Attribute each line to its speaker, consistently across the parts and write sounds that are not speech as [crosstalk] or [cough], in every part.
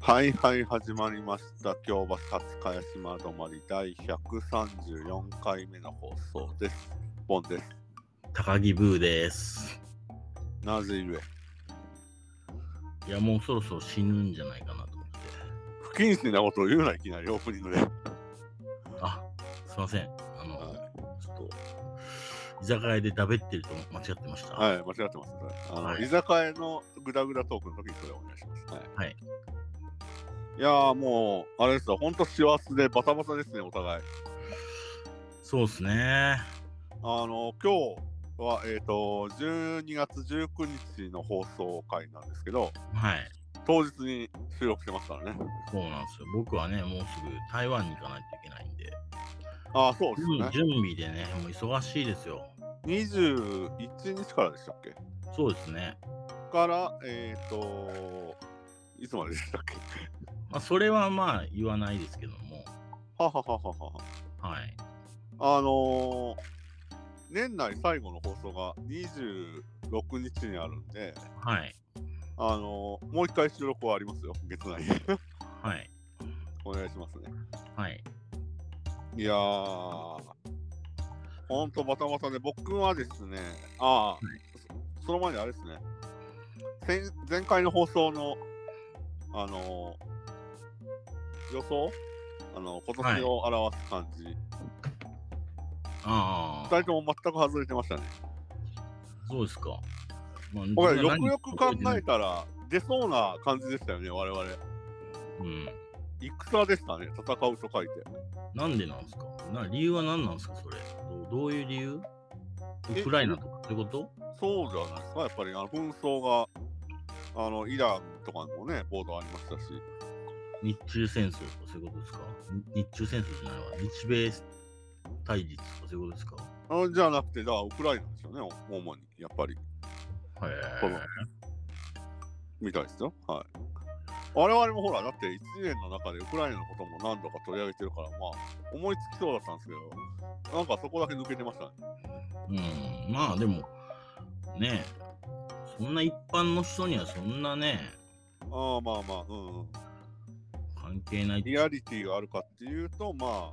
Speaker 1: はいはい始まりました今日は勝茅島止まり第134回目の放送ですボンです
Speaker 2: 高木ブーです。
Speaker 1: なぜゆえ
Speaker 2: いや、もうそろそろ死ぬんじゃないかなと思って。
Speaker 1: 不謹慎なことを言うないきなりオープ
Speaker 2: [laughs]
Speaker 1: ニングで、は
Speaker 2: あ、すいません。あの、ちょっと、居酒屋でだべってると間違ってました。
Speaker 1: い、はい、間違ってますそれあの、
Speaker 2: はい
Speaker 1: 居酒屋のグダグダトークの時にそれお願いしますはい、
Speaker 2: はい
Speaker 1: いやーもうあれですよほんと師走でバタバタですねお互い
Speaker 2: そうですね。
Speaker 1: あの今日はえっ、と12月19日の放送回なんですけど
Speaker 2: はい。
Speaker 1: 当日に収録してますからね
Speaker 2: そうなんですよ。僕はね、もうすぐ台湾に行かないといけないんで、
Speaker 1: ああそうですね
Speaker 2: うん準備でね、もう忙しいですよ。
Speaker 1: 21日からでしたっけ
Speaker 2: そうですね。
Speaker 1: から、えっ、と、いつまででしたっけ
Speaker 2: まあ、それはまあ言わないですけども、
Speaker 1: はははははは。
Speaker 2: はい。
Speaker 1: あのー年内最後の放送が26日にあるんで、
Speaker 2: はい。
Speaker 1: あのーもう一回収録はありますよ、月内に。
Speaker 2: はい。
Speaker 1: お願いしますね。
Speaker 2: はい。
Speaker 1: いやー、ほんとバタバタで、僕はですね、ああ、そその前にあれですね、前前回の放送の、あのー予想あの、今年を表す感じ、
Speaker 2: あ
Speaker 1: 二
Speaker 2: あ、
Speaker 1: 人とも全く外れてましたね。
Speaker 2: そうですか。まあ
Speaker 1: これ、よ
Speaker 2: 何
Speaker 1: くよく考えたら、出そうな感じでしたよね、我々。
Speaker 2: うん。
Speaker 1: 戦でしたね、戦うと書いて。
Speaker 2: なんでなんですかな理由は何なんですかそれどうどういう理由
Speaker 1: え
Speaker 2: ウクライナとかってこと
Speaker 1: そうじゃないですか、やっぱり、あの紛争が、あの、イランとかにもね、ボードありましたし。
Speaker 2: 日中戦争とかそういうことですかに日中戦争じゃないわ。日米対立とかそういうことですか
Speaker 1: あじゃなくて、だからウクライナですよね、お主に、やっぱり。
Speaker 2: はい
Speaker 1: このみたいですよ。はい。我々もほら、だって1年の中でウクライナのことも何度か取り上げてるから、まあ、思いつきそうだったんですけど、なんかそこだけ抜けてましたね。
Speaker 2: うん。まあでも、ねえ、そんな一般の人にはそんなね、
Speaker 1: ああ、まあまあ、うん、うん。
Speaker 2: 関係ないって
Speaker 1: リアリティがあるかっていうと、まあ、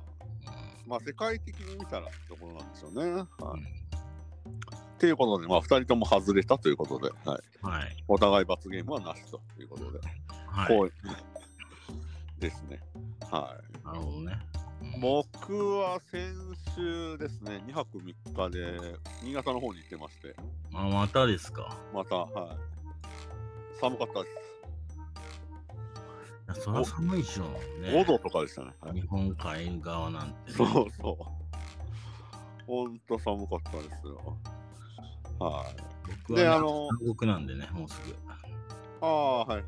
Speaker 1: まあ、世界的に見たらってところなんでしょうね。はい。っていうことで、まあ、2人とも外れたということで、はい。
Speaker 2: うんはい。
Speaker 1: お互い罰ゲームはなしということで、
Speaker 2: はい。
Speaker 1: こう [laughs] ですね。はい。
Speaker 2: なるほどね。うん
Speaker 1: 僕は先週ですね、2泊3日で新潟の方に行ってまして、
Speaker 2: まあ、またですか。
Speaker 1: また、はい、寒かったです。
Speaker 2: いやそりゃ寒いっしょ。ね
Speaker 1: 5度とかでしたね。はい、
Speaker 2: 日本海側なんて、ね。
Speaker 1: そうそう。ほんと寒かったですよ。はい。
Speaker 2: 僕
Speaker 1: であ
Speaker 2: は、
Speaker 1: の
Speaker 2: ね、南国なんでね、もうすぐ。
Speaker 1: ああ、はいはいはい。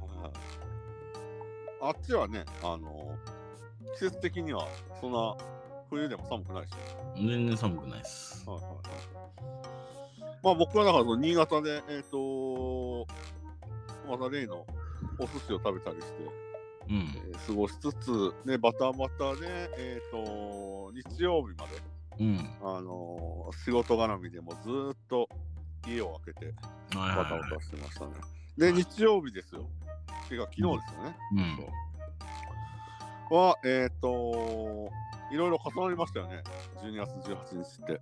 Speaker 1: あっちはね、あの、季節的にはそんな冬でも寒くないし。
Speaker 2: 全然寒くないです。
Speaker 1: はいはいはい。まあ僕はだからその新潟で、えっ、とまた例のお寿司を食べたりして、
Speaker 2: う
Speaker 1: え
Speaker 2: ん。
Speaker 1: ー過ごしつつ、ね、バタバタで、えっ、と日曜日まで、
Speaker 2: うん。
Speaker 1: あのー仕事絡みでもずーっと家を開けて
Speaker 2: はい
Speaker 1: バ
Speaker 2: は
Speaker 1: タ
Speaker 2: い
Speaker 1: バ
Speaker 2: は
Speaker 1: タしてましたね。で、
Speaker 2: はい
Speaker 1: 日曜日ですよ。てか昨日ですよね。
Speaker 2: い。うん。
Speaker 1: は、えっ、といろいろ重なりましたよね。12月18日って。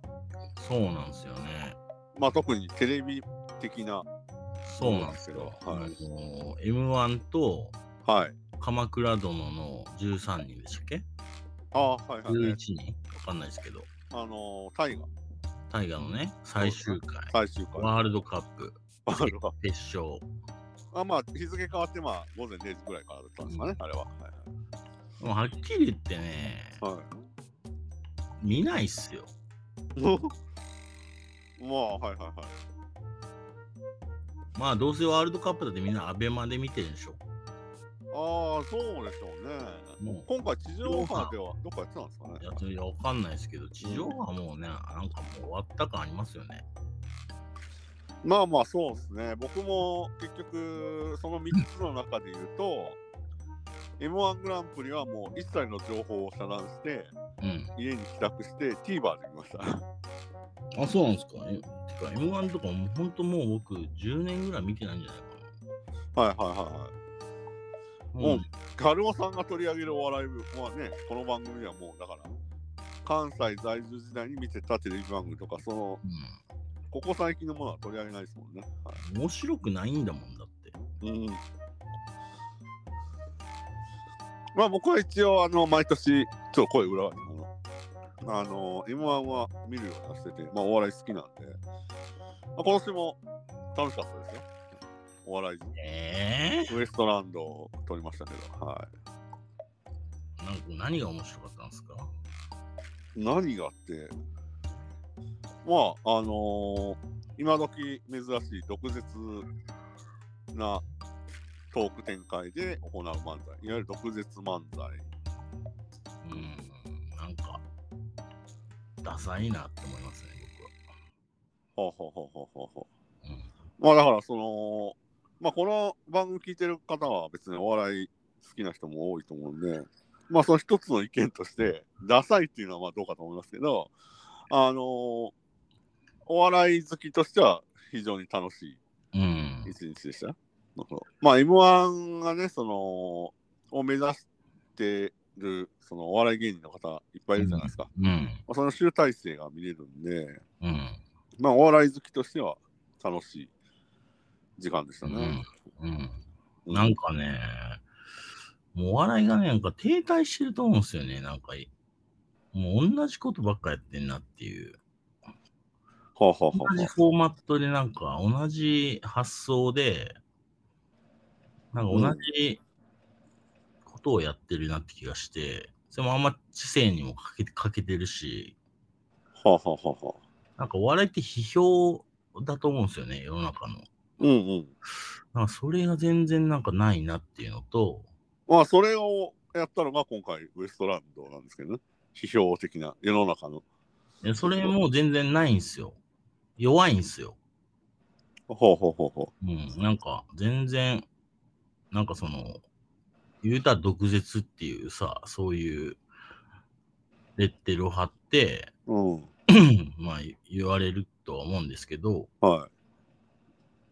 Speaker 2: そうなんですよね。
Speaker 1: まあ特にテレビ的な、
Speaker 2: そうなんです
Speaker 1: は
Speaker 2: よ。
Speaker 1: い
Speaker 2: あの M1 と
Speaker 1: はい。
Speaker 2: 鎌倉殿の13人でしたっけ
Speaker 1: ああー、はいはい、
Speaker 2: ?11
Speaker 1: ね。
Speaker 2: 人わかんないですけど。
Speaker 1: あのー、タイが
Speaker 2: 大河のね、最終回。
Speaker 1: 最終回。
Speaker 2: ワールドカップ
Speaker 1: ワールドカッ
Speaker 2: 決勝。
Speaker 1: プあまあ、日付変わって、まあ、午前0時ぐらいからだったんですかね、あれは。はい
Speaker 2: でもはっきり言ってね、
Speaker 1: はい。 [laughs] は
Speaker 2: 見ないっすよ。
Speaker 1: い、まあ、はいはいはい。
Speaker 2: まあどうせワールドカップだってみんなアベマで見てるでしょ。
Speaker 1: ああ、そうでしょうね。
Speaker 2: もう
Speaker 1: 今回、地上波ではどっかやってたんですか
Speaker 2: い
Speaker 1: ね
Speaker 2: や。それわかんないですけど、地上波はもうね、なんかもう終わった感ありますよね。
Speaker 1: まあまあ、そうですね。僕も結局、その3つの中で言うと、M1 グランプリはもう一切の情報を遮断して、
Speaker 2: うん。
Speaker 1: 家に帰宅して TVer で見ました。
Speaker 2: あ、そうなんですか。えてか、M1 とかも、本当もう僕、10年ぐらい見てないんじゃないか
Speaker 1: はいはいはいはい。もうガルオさんが取り上げるお笑い部はね、この番組ではもう、だから、関西在住時代に見てたテレビ番組とか、その、
Speaker 2: う
Speaker 1: ここ最近のものは取り上げないですもんね。はい
Speaker 2: ん、面白くないんだもんだって。
Speaker 1: うんまあ僕は一応あの毎年ちょっと声裏返しなあの M1 は見るようにはしてて、まあ、お笑い好きなんで、まあ、今年も楽しかったですよ。お笑い
Speaker 2: え
Speaker 1: ウエストランドを取りましたけど、は
Speaker 2: ー、なんか何が面白かったんですか
Speaker 1: い、何があってまああのー今時珍しい毒舌なトーク展開で行う漫才いわゆる毒舌漫才
Speaker 2: うん、なんか、ダサいなって思いますね、
Speaker 1: ほうほうほうほうほうほ
Speaker 2: 僕は。うん
Speaker 1: う。まあだからその、まあこの番組聞いてる方は別にお笑い好きな人も多いと思うんで、まあその一つの意見として、ダサいっていうのはまあどうかと思いますけど、あのお笑い好きとしては非常に楽し
Speaker 2: うん
Speaker 1: い一日でした。まあ M1 がね、その、を目指してる、そのお笑い芸人の方いっぱいいるじゃないですか。
Speaker 2: うん
Speaker 1: まあその集大成が見れるんで、
Speaker 2: うん
Speaker 1: まあ、お笑い好きとしては楽しい時間でしたね。
Speaker 2: うんなんかね、もうお笑いがね、なんか停滞してると思うんですよね、なんかい。もう同じことばっかやってんなっていう。
Speaker 1: ほうほうほう
Speaker 2: 同じフォーマットでなんか同じ発想で、なんか同じことをやってるなって気がして、それもあんま知性にもかけかけてるし、
Speaker 1: ほうほうほうほ
Speaker 2: なんかお笑いって批評だと思うんですよね、世の中の。
Speaker 1: う。うんうん。
Speaker 2: なんかそれが全然なんかないなっていうのと、
Speaker 1: まあ、それをやったのが今回、ウエストランドなんですけどね。批評的な世の中の。
Speaker 2: いやそれも全然ないんですよ。弱いんですよ。
Speaker 1: ほうほうほうほ
Speaker 2: うん、なんか全然、なんかその、言うたら毒舌っていうさ、そういうレッテルを貼って、 [clears throat]
Speaker 1: う。うん。
Speaker 2: まあ言われるとは思うんですけど、
Speaker 1: は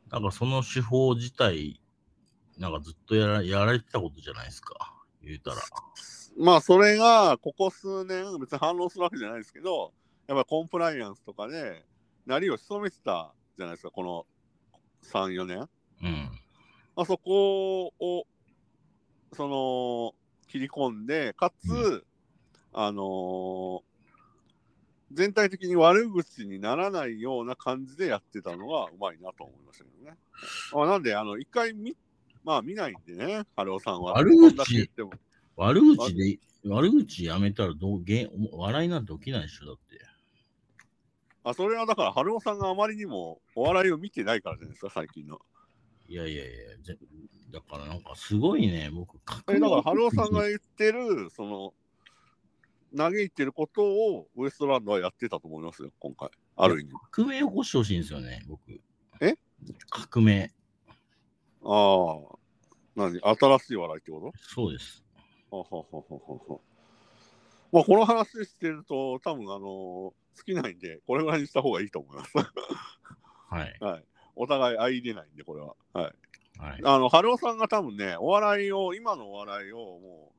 Speaker 2: なんかその手法自体、なんかずっとやらやられてたことじゃないですか。言うたら。
Speaker 1: い。まあ、それが、ここ数年、別に反論するわけじゃないですけど、やっぱりコンプライアンスとかで、なりを潜めてたじゃないですか、この3、4年。
Speaker 2: うん。
Speaker 1: まあ、そこをその切り込んでかつ、
Speaker 2: う
Speaker 1: あのー全体的に悪口にならないような感じでやってたのがうまいなと思いましたけどね。まあ、なんであの一回見まあ見ないんでね、春尾さんは。
Speaker 2: 悪口
Speaker 1: こんだけ言っても
Speaker 2: 悪口で、悪口やめたらどうげん笑いなんて起きないでしょ、だって。
Speaker 1: あそれはだから春尾さんがあまりにもお笑いを見てないからじゃないですか、最近の。
Speaker 2: いやいやいや、ぜだからなんかすごいね、僕、
Speaker 1: えだから春尾さん
Speaker 2: い
Speaker 1: が言ってる、 [laughs] その、嘆いてることをウエストランドはやってたと思いますよ、今回。ある意味。
Speaker 2: 革命起こしてほしいんですよね、僕。
Speaker 1: え
Speaker 2: 革命。
Speaker 1: ああ。何新しい笑いってこ
Speaker 2: そうです。
Speaker 1: とははははははまあ、この話してると、多分あのー尽きないんで、これぐらいにした方がいいと思います。 [laughs]
Speaker 2: はい。
Speaker 1: はい。お互い相入れないんで、これは。はい。
Speaker 2: はい。
Speaker 1: あの、春尾さんが多分ね、お笑いを、今のお笑いをも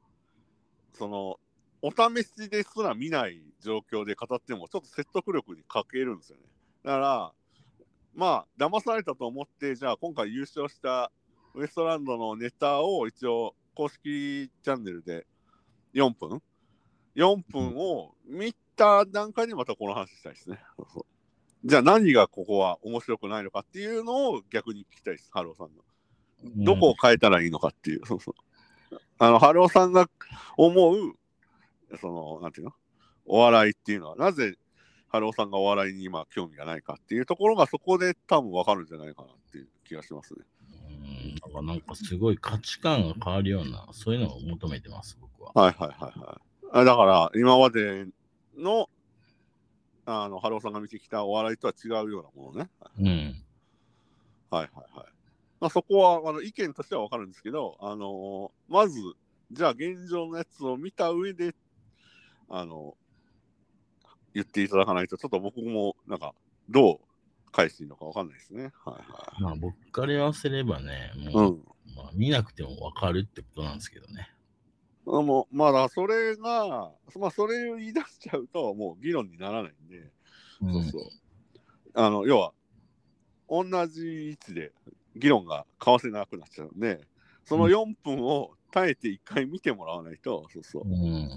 Speaker 1: う、その、お試しですら見ない状況で語っても、ちょっと説得力に欠けるんですよね。だから、まあ、騙されたと思って、じゃあ今回優勝したウエストランドのネタを一応、公式チャンネルで4分 ?4 分を見た段階でまたこの話したいですね。そうそうじゃあ何がここは面白くないのかっていうのを逆に聞きたいです、春尾さんの。どこを変えたらいいのかっていう、 [laughs] そうそう。あの、春尾さんが思う、その、なんていうのお笑いっていうのは、なぜ春尾さんがお笑いに今興味がないかっていうところが、そこで多分わかるんじゃないかなっていう気がしますね。
Speaker 2: うんなんかなんかすごい価値観が変わるような、そういうのを求めてます、僕は。
Speaker 1: はいはいはいはい。あだから、今までの、あの、春尾さんが見てきたお笑いとは違うようなものね。
Speaker 2: うん。
Speaker 1: はいはいはい。まあ、そこはあの意見としては分かるんですけど、あのーまず、じゃあ現状のやつを見た上で、あの言っていただかないと、ちょっと僕もなんか、どう返していいのか分かんないですね。はいは
Speaker 2: まあ僕から言わせればね、
Speaker 1: い。う
Speaker 2: もう、
Speaker 1: ん。
Speaker 2: まああ、見なくてもわかるってことなんですけどね。
Speaker 1: あもうまだそれが、まあ、それを言い出しちゃうと、もう議論にならないんで、
Speaker 2: うん
Speaker 1: そうそう。あの、要は、同じ位置で議論が交わせなくなっちゃうんで、その
Speaker 2: うん
Speaker 1: 4分を耐えて1回見てもらわないと、そうそう
Speaker 2: う。ん。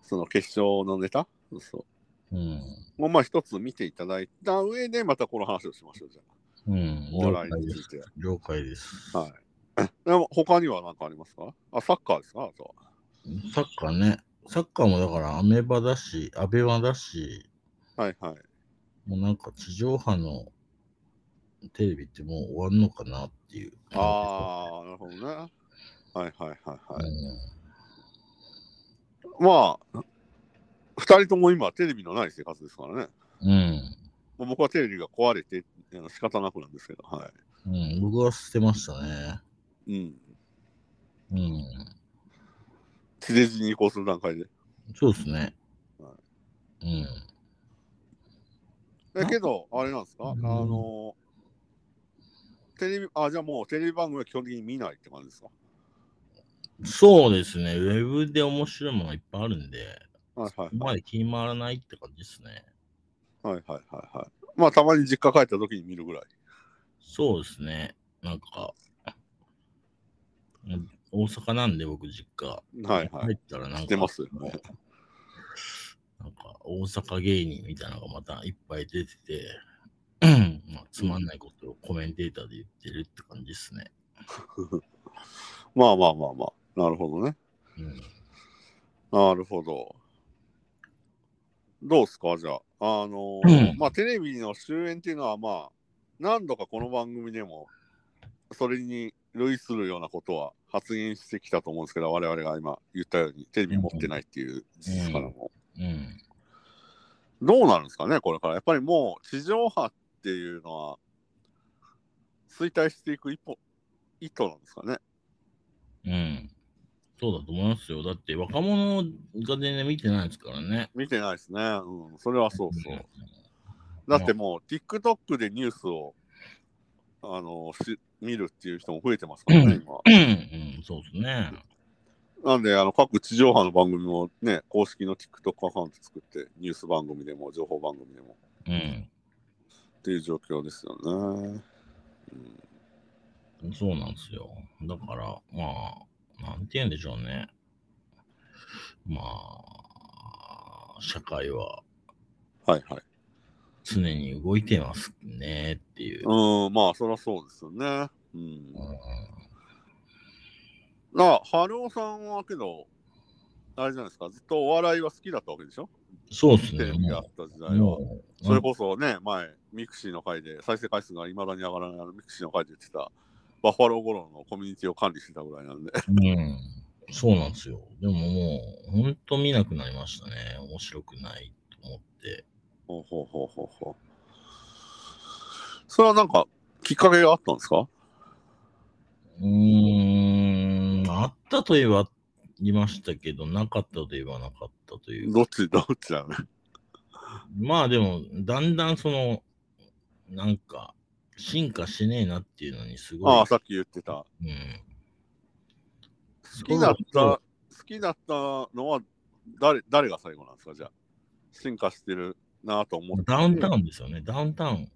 Speaker 1: その決勝のネタ、そうそ
Speaker 2: うん。
Speaker 1: う。もうまあ一つ見ていただいた上で、またこの話をしましょう、じゃあ。
Speaker 2: うん。
Speaker 1: お
Speaker 2: 了
Speaker 1: 笑い
Speaker 2: 解
Speaker 1: に
Speaker 2: で
Speaker 1: つ
Speaker 2: す
Speaker 1: い。て。
Speaker 2: 了解です。
Speaker 1: はい。でも他には何かありますかあ、サッカーですかあとは。
Speaker 2: サッカーね。サッカーもだからアメバだし、アベマだし、
Speaker 1: はいはい。
Speaker 2: もうなんか地上波のテレビってもう終わるのかなっていう。
Speaker 1: ああ、なるほどね。はいはいはい
Speaker 2: あ
Speaker 1: はい。まあ、2人とも今、テレビのない生活ですからね。
Speaker 2: うん。
Speaker 1: もう僕はテレビが壊れて、あの仕方なくなんですけど、は
Speaker 2: うん。僕は捨てましたね。
Speaker 1: い。うん。
Speaker 2: うん。
Speaker 1: 地デジに移行する段階で。
Speaker 2: そうですね
Speaker 1: は。
Speaker 2: うん。
Speaker 1: だけど、あれなんですか、
Speaker 2: うん
Speaker 1: あの、テレビ、あ、じゃあもうテレビ番組は基本的に見ないって感じですか
Speaker 2: そうですね。ウェブで面白いものいっぱいあるんで、
Speaker 1: はいはい
Speaker 2: 前気に回らないって感じですね。
Speaker 1: はいはいはいはい。まあ、たまに実家帰った時に見るぐらい。
Speaker 2: そうですね。なんか、うん大阪なんで僕実家。
Speaker 1: はいはい
Speaker 2: 入ったらなんか、
Speaker 1: 知ってますよね
Speaker 2: なんか大阪芸人みたいなのがまたいっぱい出てて、まあ、つまんないことをコメンテーターで言ってるって感じですね。
Speaker 1: まあまあまあまあ。なるほどね。
Speaker 2: うん、
Speaker 1: なるほど。どうですかじゃあ。あの
Speaker 2: うん
Speaker 1: まあ、テレビの終演っていうのは、まあ、何度かこの番組でも、それに類するようなことは発言してきたと思うんですけど、我々が今言ったように、テレビ持ってないっていう事実からも。
Speaker 2: うん、
Speaker 1: どうなるんですかね、これから。やっぱりもう、地上波っていうのは、衰退していく一歩、一途なんですかね。
Speaker 2: うん。そうだと思いますよ。だって若者が全然見てないですからね。
Speaker 1: 見てないですね。うん、それはそうそう。
Speaker 2: ん
Speaker 1: だってもう TikTok でニュースをあのし見るっていう人も増えてますからね、
Speaker 2: [clears throat]
Speaker 1: 今。
Speaker 2: うん、うん、そうですね。
Speaker 1: なんで、あの各地上波の番組もね、公式の TikTok アカウント作って、ニュース番組でも、情報番組でも
Speaker 2: う
Speaker 1: っていう状況ですよね。うん
Speaker 2: ん、そうなんですよ。だから、まあ、なんて言うんでしょうね。まあ、社会は
Speaker 1: はいはい。
Speaker 2: 常に動いてますねっていう。
Speaker 1: うん、まあ、そりゃそうですよね。うん。
Speaker 2: う
Speaker 1: なあ、春尾さんはけど、あれじゃないですか、ずっとお笑いは好きだったわけでしょ
Speaker 2: ん、そうです
Speaker 1: テ
Speaker 2: ね。
Speaker 1: レビがあ
Speaker 2: も
Speaker 1: った時代
Speaker 2: う、
Speaker 1: は。
Speaker 2: もう
Speaker 1: それこそね、前、ミクシーの回で、再生回数がいまだに上がらないあのミクシーの回で言ってた、バッファローゴロのコミュニティを管理してたぐらいなんで、
Speaker 2: うん、そうなんですよ。でももう、ほんと見なくなりましたね。面白くないと思って。
Speaker 1: ほうほうほうほうほう。それはなんか、きっかけがあったんですか
Speaker 2: うーん、あったといえばありましたけど、なかったといえばなかったというか
Speaker 1: どっち、どっちだね。
Speaker 2: まあでも、だんだんその、なんか、進化しねえなっていうのにすごい。
Speaker 1: ああ、さっき言ってた。
Speaker 2: うん、
Speaker 1: 好きだった、好きだったのは誰、誰が最後なんですか、じゃあ。進化してるなぁと思って。
Speaker 2: ダウンタ
Speaker 1: ン。
Speaker 2: ウンですよね、ダウンタウン。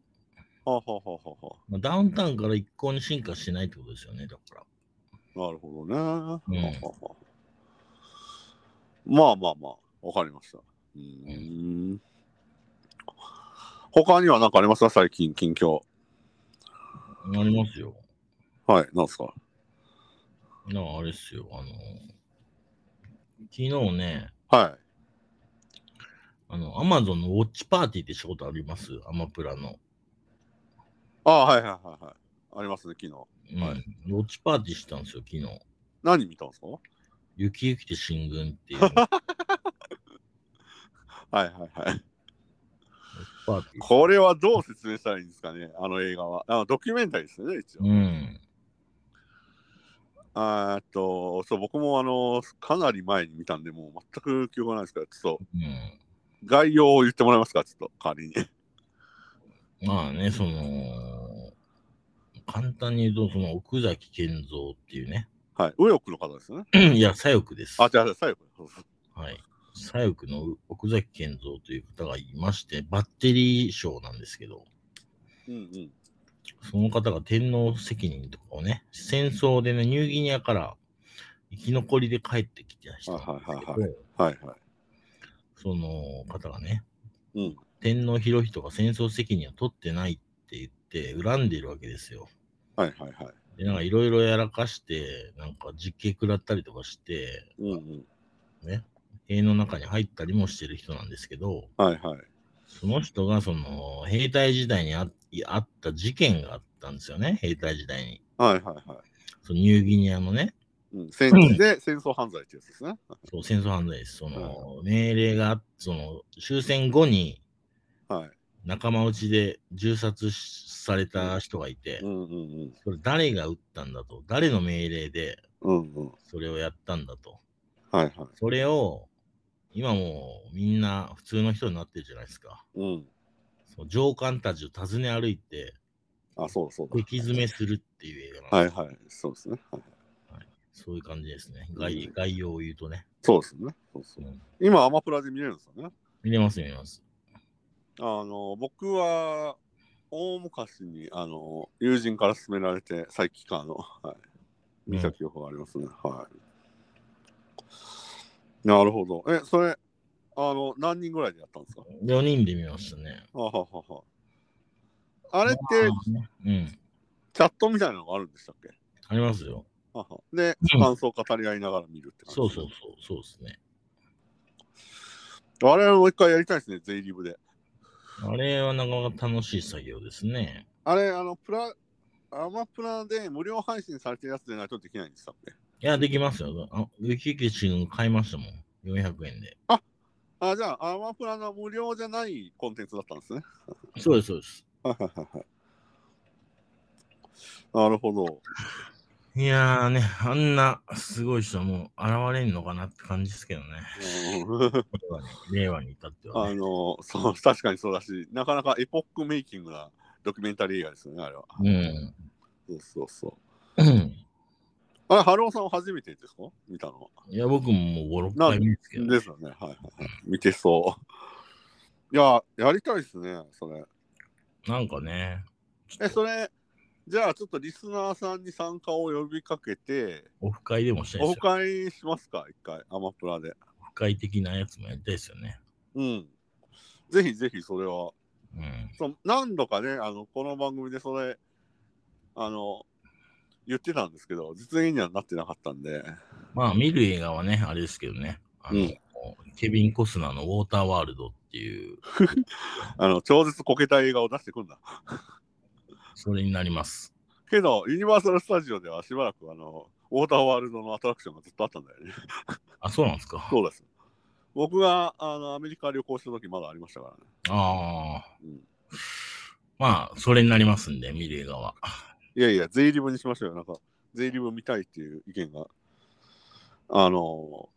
Speaker 1: はあ、はあはあはあは
Speaker 2: まあダウンタウンから一向に進化しないってことですよね、だから。
Speaker 1: あ、なるほどね。はあ
Speaker 2: うん
Speaker 1: はあはあ [laughs] まあまあまあ、わかりました。うーん。他には何かありますか最近、近況。
Speaker 2: なりますよ。
Speaker 1: はい、なんですか
Speaker 2: なあ、あれですよ、あの、昨日ね、
Speaker 1: は
Speaker 2: あの、アマゾンのウォッチパーティーって仕事ありますアマプラの。
Speaker 1: い。ああ、はいはいはいはい。ありますね、昨日。
Speaker 2: うん
Speaker 1: はい
Speaker 2: ウォッチパーティーしたんですよ、昨日。
Speaker 1: 何見たんですか
Speaker 2: 雪雪と進軍っ
Speaker 1: [laughs]
Speaker 2: ていう
Speaker 1: はいはいはい。 [laughs]
Speaker 2: パーティー。
Speaker 1: これはどう説明したらいいんですかね、あの映画は。あのドキュメンタリーですよね、一応。
Speaker 2: うん。
Speaker 1: あーっと、そう、僕もあの、かなり前に見たんで、もう全く記憶がないですから、ちょっと
Speaker 2: うん
Speaker 1: 概要を言ってもらえますか、ちょっと、仮に。
Speaker 2: まあね、その、簡単に言うと、その奥崎健三っていうね、 [clears throat]
Speaker 1: はい。右翼の方ですよね。
Speaker 2: いや、左翼です。
Speaker 1: あ、違う違う、左翼。そうそう
Speaker 2: はい。左翼の奥崎健三という方がいまして、バッテリー賞なんですけど、
Speaker 1: うんうん。
Speaker 2: その方が天皇責任とかをね、戦争でね、ニューギニアから生き残りで帰ってきて人なんですけど
Speaker 1: はいはいはい。
Speaker 2: その方がね、
Speaker 1: うん
Speaker 2: 天皇博仁が戦争責任を取ってないって言って、恨んでいるわけですよ。
Speaker 1: はいはいはい。
Speaker 2: で、なんかいろいろやらかして、なんか実刑食らったりとかして、
Speaker 1: うんうん。
Speaker 2: ね、塀の中に入ったりもしてる人なんですけど、
Speaker 1: はいはい。
Speaker 2: その人がその兵隊時代にああった事件があったんですよね、兵隊時代に。
Speaker 1: はいはいは
Speaker 2: そのニューギニアのね、
Speaker 1: い。うん、戦時で戦争犯罪ってやつですね。
Speaker 2: そう戦争犯罪です。その命令があっ、その終戦後に
Speaker 1: は
Speaker 2: 仲間内で銃殺しされた人がいて
Speaker 1: い。う、んうん
Speaker 2: それ誰が撃ったんだと、誰の命令で
Speaker 1: うん。うんうん。
Speaker 2: それをやったんだと。
Speaker 1: はいはい。
Speaker 2: それを、今もうみんな普通の人になってるじゃないですか。
Speaker 1: うん。
Speaker 2: その上官たちを訪ね歩いて、
Speaker 1: あ、そうそうだ。
Speaker 2: 敵詰めするっていう映画
Speaker 1: は
Speaker 2: なん
Speaker 1: い
Speaker 2: です、
Speaker 1: はい。そうですね。はい、
Speaker 2: そういう感じですね。
Speaker 1: う
Speaker 2: 概
Speaker 1: ん
Speaker 2: 概要を言うとね。
Speaker 1: そうですね。そうそう
Speaker 2: うん
Speaker 1: 今、アマプラで見れるんですよね。
Speaker 2: 見れます、見れます。
Speaker 1: あの、僕は、大昔に、あの、友人から勧められて、再帰化の、はい、見た記憶がありますね。はい。なるほど。え、それ、あの、何人ぐらいでやったんですか
Speaker 2: 4人で見ましたね。
Speaker 1: あははは。あれって、
Speaker 2: うん。
Speaker 1: チャットみたいなのがあるんでしたっけ
Speaker 2: ありますよ。
Speaker 1: ははで
Speaker 2: う、ん
Speaker 1: 感想を語り合いながら見るって感じ。
Speaker 2: そうそうそう、そうですね。
Speaker 1: 我々もう一回やりたいですね、ゼイリブで。
Speaker 2: あれはなかなか楽しい作業ですね。
Speaker 1: あれ、あの、プラ、アマプラで無料配信されてるやつでないとできないんでしたっけ
Speaker 2: いや、できますよ。あウィキキシング買いましたもん。400円で。
Speaker 1: あ、じゃあ、アマプラの無料じゃないコンテンツだったんですね。 [laughs]
Speaker 2: そうです、そうです。
Speaker 1: はいはいはいはい。なるほど。
Speaker 2: いやーね、あんなすごい人はもう現れんのかなって感じですけどね。
Speaker 1: うん [laughs]
Speaker 2: 令和に令和に至っては
Speaker 1: あ
Speaker 2: ね。
Speaker 1: の、そう、確かにそうだし、なかなかエポックメイキングなドキュメンタリー映画ですよね、あれは。
Speaker 2: うん。
Speaker 1: そうそうそう。
Speaker 2: うん
Speaker 1: あれ、ハローさんは初めてですか見たのは。
Speaker 2: いや、僕ももう5、6回目ですけどね、
Speaker 1: ですよね。はいはいはい。見てそう。いや、やりたいですね、それ。
Speaker 2: なんかね、
Speaker 1: え、それ、じゃあちょっとリスナーさんに参加を呼びかけて、
Speaker 2: オフ会でもしたいで
Speaker 1: オ
Speaker 2: す
Speaker 1: フ
Speaker 2: よ。
Speaker 1: 会しますか、一回、アマプラで。
Speaker 2: オフ会的なやつもやりたいですよね。
Speaker 1: うん。ぜひぜひ、それは。
Speaker 2: うん。
Speaker 1: そう何度かね、あの、この番組でそれ、あの、言ってたんですけど、実現にはなってなかったんで。
Speaker 2: まあ、見る映画はね、あれですけどね。あの
Speaker 1: うん
Speaker 2: ケビン・コスナーのウォーターワールドっていう、
Speaker 1: あの、超絶こけた映画を出してくんだ。
Speaker 2: それになります。
Speaker 1: けど、ユニバーサル・スタジオではしばらく、あの、ウォーターワールドのアトラクションがずっとあったんだよね。 [laughs]
Speaker 2: あ、そうなんですか。
Speaker 1: そうです。僕があのアメリカ旅行した時まだありましたからね。
Speaker 2: ああ。
Speaker 1: うん
Speaker 2: まあ、それになりますんで、見る映画は。
Speaker 1: いやいや、税理部にしましょうよ。なんか、税理部見たいっていう意見が、あの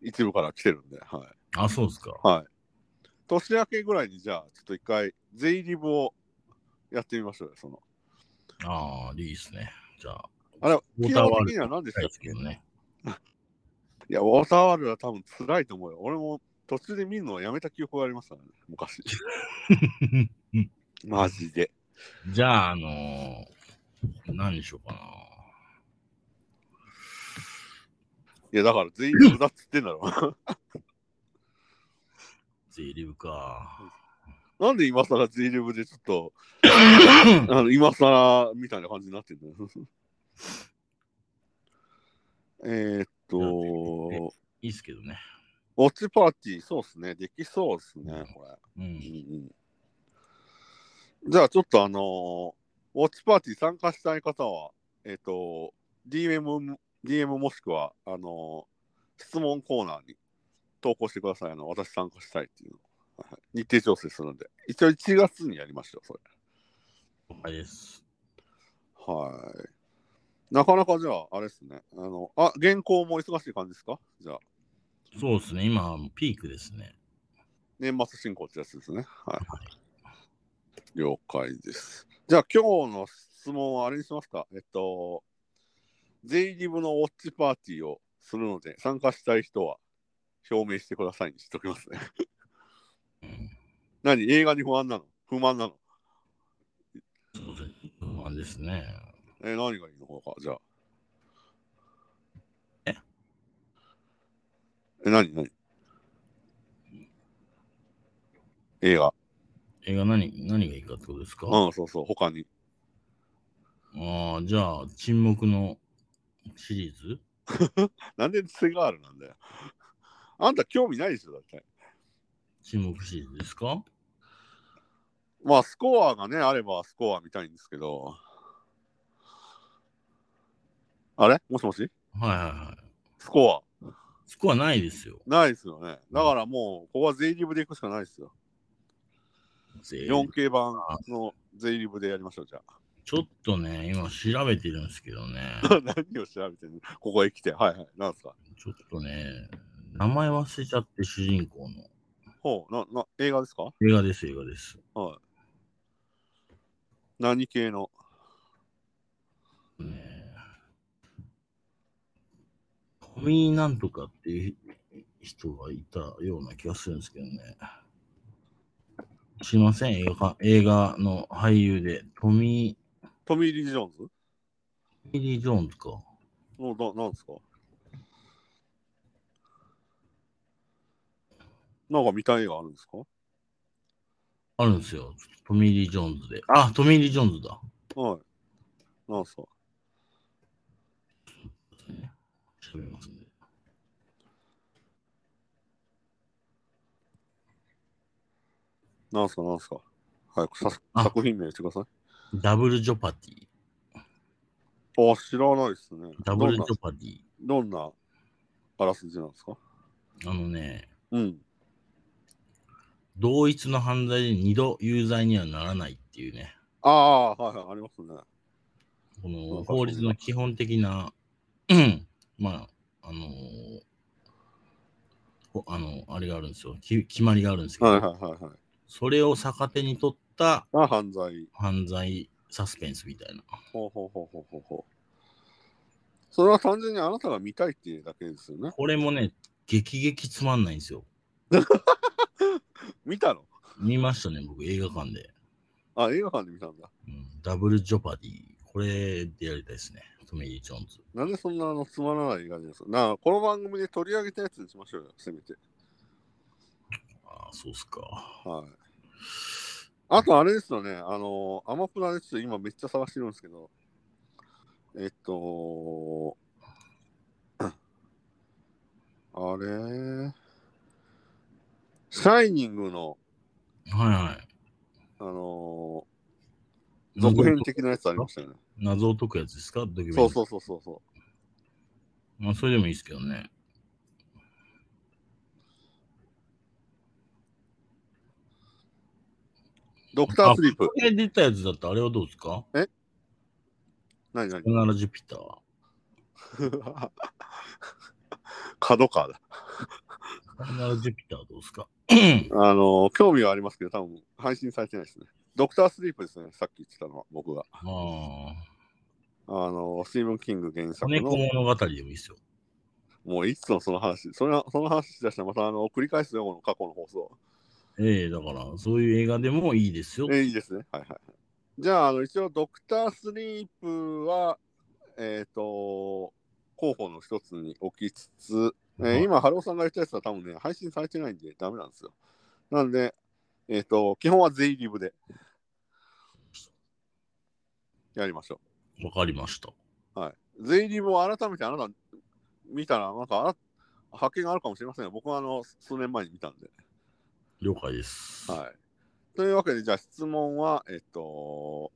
Speaker 1: 一部から来てるんで、はい。
Speaker 2: あ、そうですか。
Speaker 1: はい。年明けぐらいに、じゃあ、ちょっと一回、税理部をやってみましょうよ。その、
Speaker 2: ああ、いいですね。じゃあ、
Speaker 1: あれ、
Speaker 2: ウォ
Speaker 1: 機
Speaker 2: ーター
Speaker 1: 能
Speaker 2: ワ
Speaker 1: 的
Speaker 2: ール
Speaker 1: に
Speaker 2: ド
Speaker 1: は何でし
Speaker 2: したい
Speaker 1: たっ
Speaker 2: です
Speaker 1: け
Speaker 2: けどね。
Speaker 1: いや、ウォーターワールドは多分辛いと思うよ。俺も途中で見るのをやめた記憶がありますからね、 [laughs] 昔。マジで。
Speaker 2: じゃあ、あのー、何にしようかな。
Speaker 1: いや、だから全員無駄っつってんだろ。 [laughs]
Speaker 2: ゼリブか。
Speaker 1: なんで今更全力でちょっと、あの今更みたいな感じになってんだよ。 [laughs] えーっと、
Speaker 2: いいっすけどね。
Speaker 1: ウォッチパーティー、そうっすね。できそうっすね、これ。
Speaker 2: う
Speaker 1: うん
Speaker 2: ん。
Speaker 1: うんじゃあちょっとあのーウォッチパーティー参加したい方は、えーっと、DM、DM もしくは、あのー質問コーナーに投稿してください。あの、私参加したいっていうの。はい日程調整するんで。一応1月にやりましょう、それ。
Speaker 2: 了解です。
Speaker 1: はい。なかなかじゃあ、あれですね。あの、あ、原稿も忙しい感じですかじゃあ、
Speaker 2: そうですね。今、ピークですね。
Speaker 1: 年末進行ってやつですね。はい。了解です。じゃあ、今日の質問はあれにしますかえっと、全リブのウォッチパーティーをするので、参加したい人は表明してくださいにしときますね。
Speaker 2: うん
Speaker 1: 何映画に不安なの不満なの
Speaker 2: そうで不安ですね。
Speaker 1: え、何がいいのかじゃあ。
Speaker 2: え
Speaker 1: え、何何映画。
Speaker 2: 映画何何がいいかってことですか、あ
Speaker 1: うん、そうそう、他に。
Speaker 2: あーじゃあ、沈黙のシリーズ
Speaker 1: なんでセガールなんだよ。あんた興味ないでしょ、だって。
Speaker 2: 沈黙シリーズですか
Speaker 1: まあ、スコアがね、あればスコア見たいんですけど。あれもしもし
Speaker 2: はいはいはい。
Speaker 1: スコ
Speaker 2: スコアないですよ。
Speaker 1: アないですよね。だからもう、ここは税リブで行くしかないですよ。
Speaker 2: ぜ
Speaker 1: 4K 版の税リブでやりましょう、じゃあ。 [laughs]
Speaker 2: ちょっとね、今調べてるんですけどね。
Speaker 1: 何を調べてるのここへ来て。はいはい。なんですか
Speaker 2: ちょっとね、名前忘れちゃって、主人公の。
Speaker 1: ほう、な、な、映画ですか
Speaker 2: 映画です、映画です。
Speaker 1: 何系の
Speaker 2: ねトミーなんとかっていう人がいたような気がするんですけどね。すいません、映画か映画の俳優で、トミ
Speaker 1: トミー・リー・ジョーンズ
Speaker 2: ー・トミーリー・ジョーンズか。
Speaker 1: のななんですかなんか見たい映画あるんですか
Speaker 2: あるんですよ。トミー・リー・ジョーンズで。あ、トミー・リー・ジョーンズだ。
Speaker 1: はい。なんですか
Speaker 2: 調べますね。
Speaker 1: なんすかなんすか早くさ
Speaker 2: あ
Speaker 1: 作品名してください。
Speaker 2: ダブル・ジョパティ。
Speaker 1: あ、知らないですね。
Speaker 2: ダブル・
Speaker 1: どん
Speaker 2: ジ
Speaker 1: な
Speaker 2: ョパティ。
Speaker 1: どんなあらすじなんですか
Speaker 2: あのね、
Speaker 1: うん。
Speaker 2: 同一の犯罪で二度有罪にはならないっていうね、
Speaker 1: ああ、はいはい、ありますね。そ
Speaker 2: こ
Speaker 1: う
Speaker 2: の
Speaker 1: か
Speaker 2: 法律の基本的な、 [clears throat] うんまあ、あのーほあの、あれがあるんですよ、き決まりがあるんですけど、
Speaker 1: はいはいはいはい。
Speaker 2: それを逆手に取った
Speaker 1: あ犯罪。
Speaker 2: 犯罪サスペンスみたいな。
Speaker 1: ほうほうほうほうほうほう。それは単純にあなたが見たいっていうだけですよね。
Speaker 2: これもね、激激つまんないんですよ。
Speaker 1: 見たの
Speaker 2: 見ましたね、僕、映画館で。
Speaker 1: あ、映画館で見たんだ。
Speaker 2: うん、ダブルジョパディ、これでやりたいですね、トミー・リー・ジョーンズ。
Speaker 1: なんでそんなあのつまらない映画ですかなあこの番組で取り上げたやつにしましょうよ、せめて。
Speaker 2: ああ、そうっすか。
Speaker 1: はい。あとあれですよね、あのアマプラです今めっちゃ探してるんですけど、えっと、あれシャイニングの、
Speaker 2: はいはい。
Speaker 1: あの続編的なやつありましたよね。
Speaker 2: 謎を解くやつですかドキュメント
Speaker 1: そうそうそうそうそう。
Speaker 2: まあ、それでもいいですけどね。
Speaker 1: ドクタースリープ
Speaker 2: こ。れ出たやつだったらあれはどうですか
Speaker 1: 何何 [laughs]
Speaker 2: さよならジュピター。
Speaker 1: 角川だ。
Speaker 2: さよならジュピターどうですか
Speaker 1: あの興味はありますけど、多分配信されてないですね。ドクタースリープですね、さっき言ってたのは、僕が。
Speaker 2: ああ。
Speaker 1: あのスティーブン・キング原作
Speaker 2: 猫
Speaker 1: の、
Speaker 2: 物語でもいいですよ。
Speaker 1: もういつもその話、それはその話しだしたら、またあの繰り返すよ、この過去の放送。
Speaker 2: ええだから、そういう映画でもいいですよ。
Speaker 1: えいいですね。はいはいはい。じゃあ、あの一応、ドクタースリープは、えっ、と、候補の一つに置きつつ、えー
Speaker 2: はい
Speaker 1: 今、ハローさんが言ったやつは多分ね、配信されてないんでダメなんですよ。なんで、えっ、と、基本は全員リブでやりましょ
Speaker 2: わかりました。
Speaker 1: う。はい。全員リブを改めてあなた見たら、なんかあら発見があるかもしれませんが、僕はあの、数年前に見たんで。
Speaker 2: 了解です。
Speaker 1: はい。というわけで、じゃあ質問は、えっと、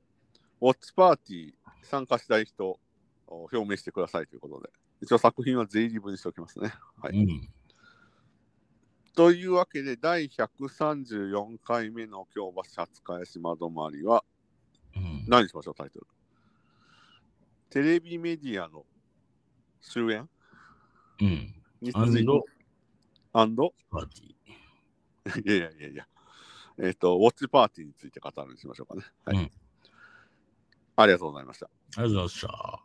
Speaker 1: ウォッチパーティー参加したい人を表明してくださいということで、一応作品は全員リブにしておきますね。はい
Speaker 2: うん。
Speaker 1: というわけで、第134回目の京橋初返し窓まりは、
Speaker 2: うん、
Speaker 1: 何にしましょう、タイトル。テレビメディアの終焉
Speaker 2: うん。
Speaker 1: につ
Speaker 2: ア
Speaker 1: い
Speaker 2: ン
Speaker 1: て
Speaker 2: ド、
Speaker 1: アンド、
Speaker 2: パーティ
Speaker 1: いやいやいやいや。えっ、と、ウォッチパーティーについて語るにしましょうかね。はい。
Speaker 2: うん
Speaker 1: ありがとうございました。
Speaker 2: ありがとうございました。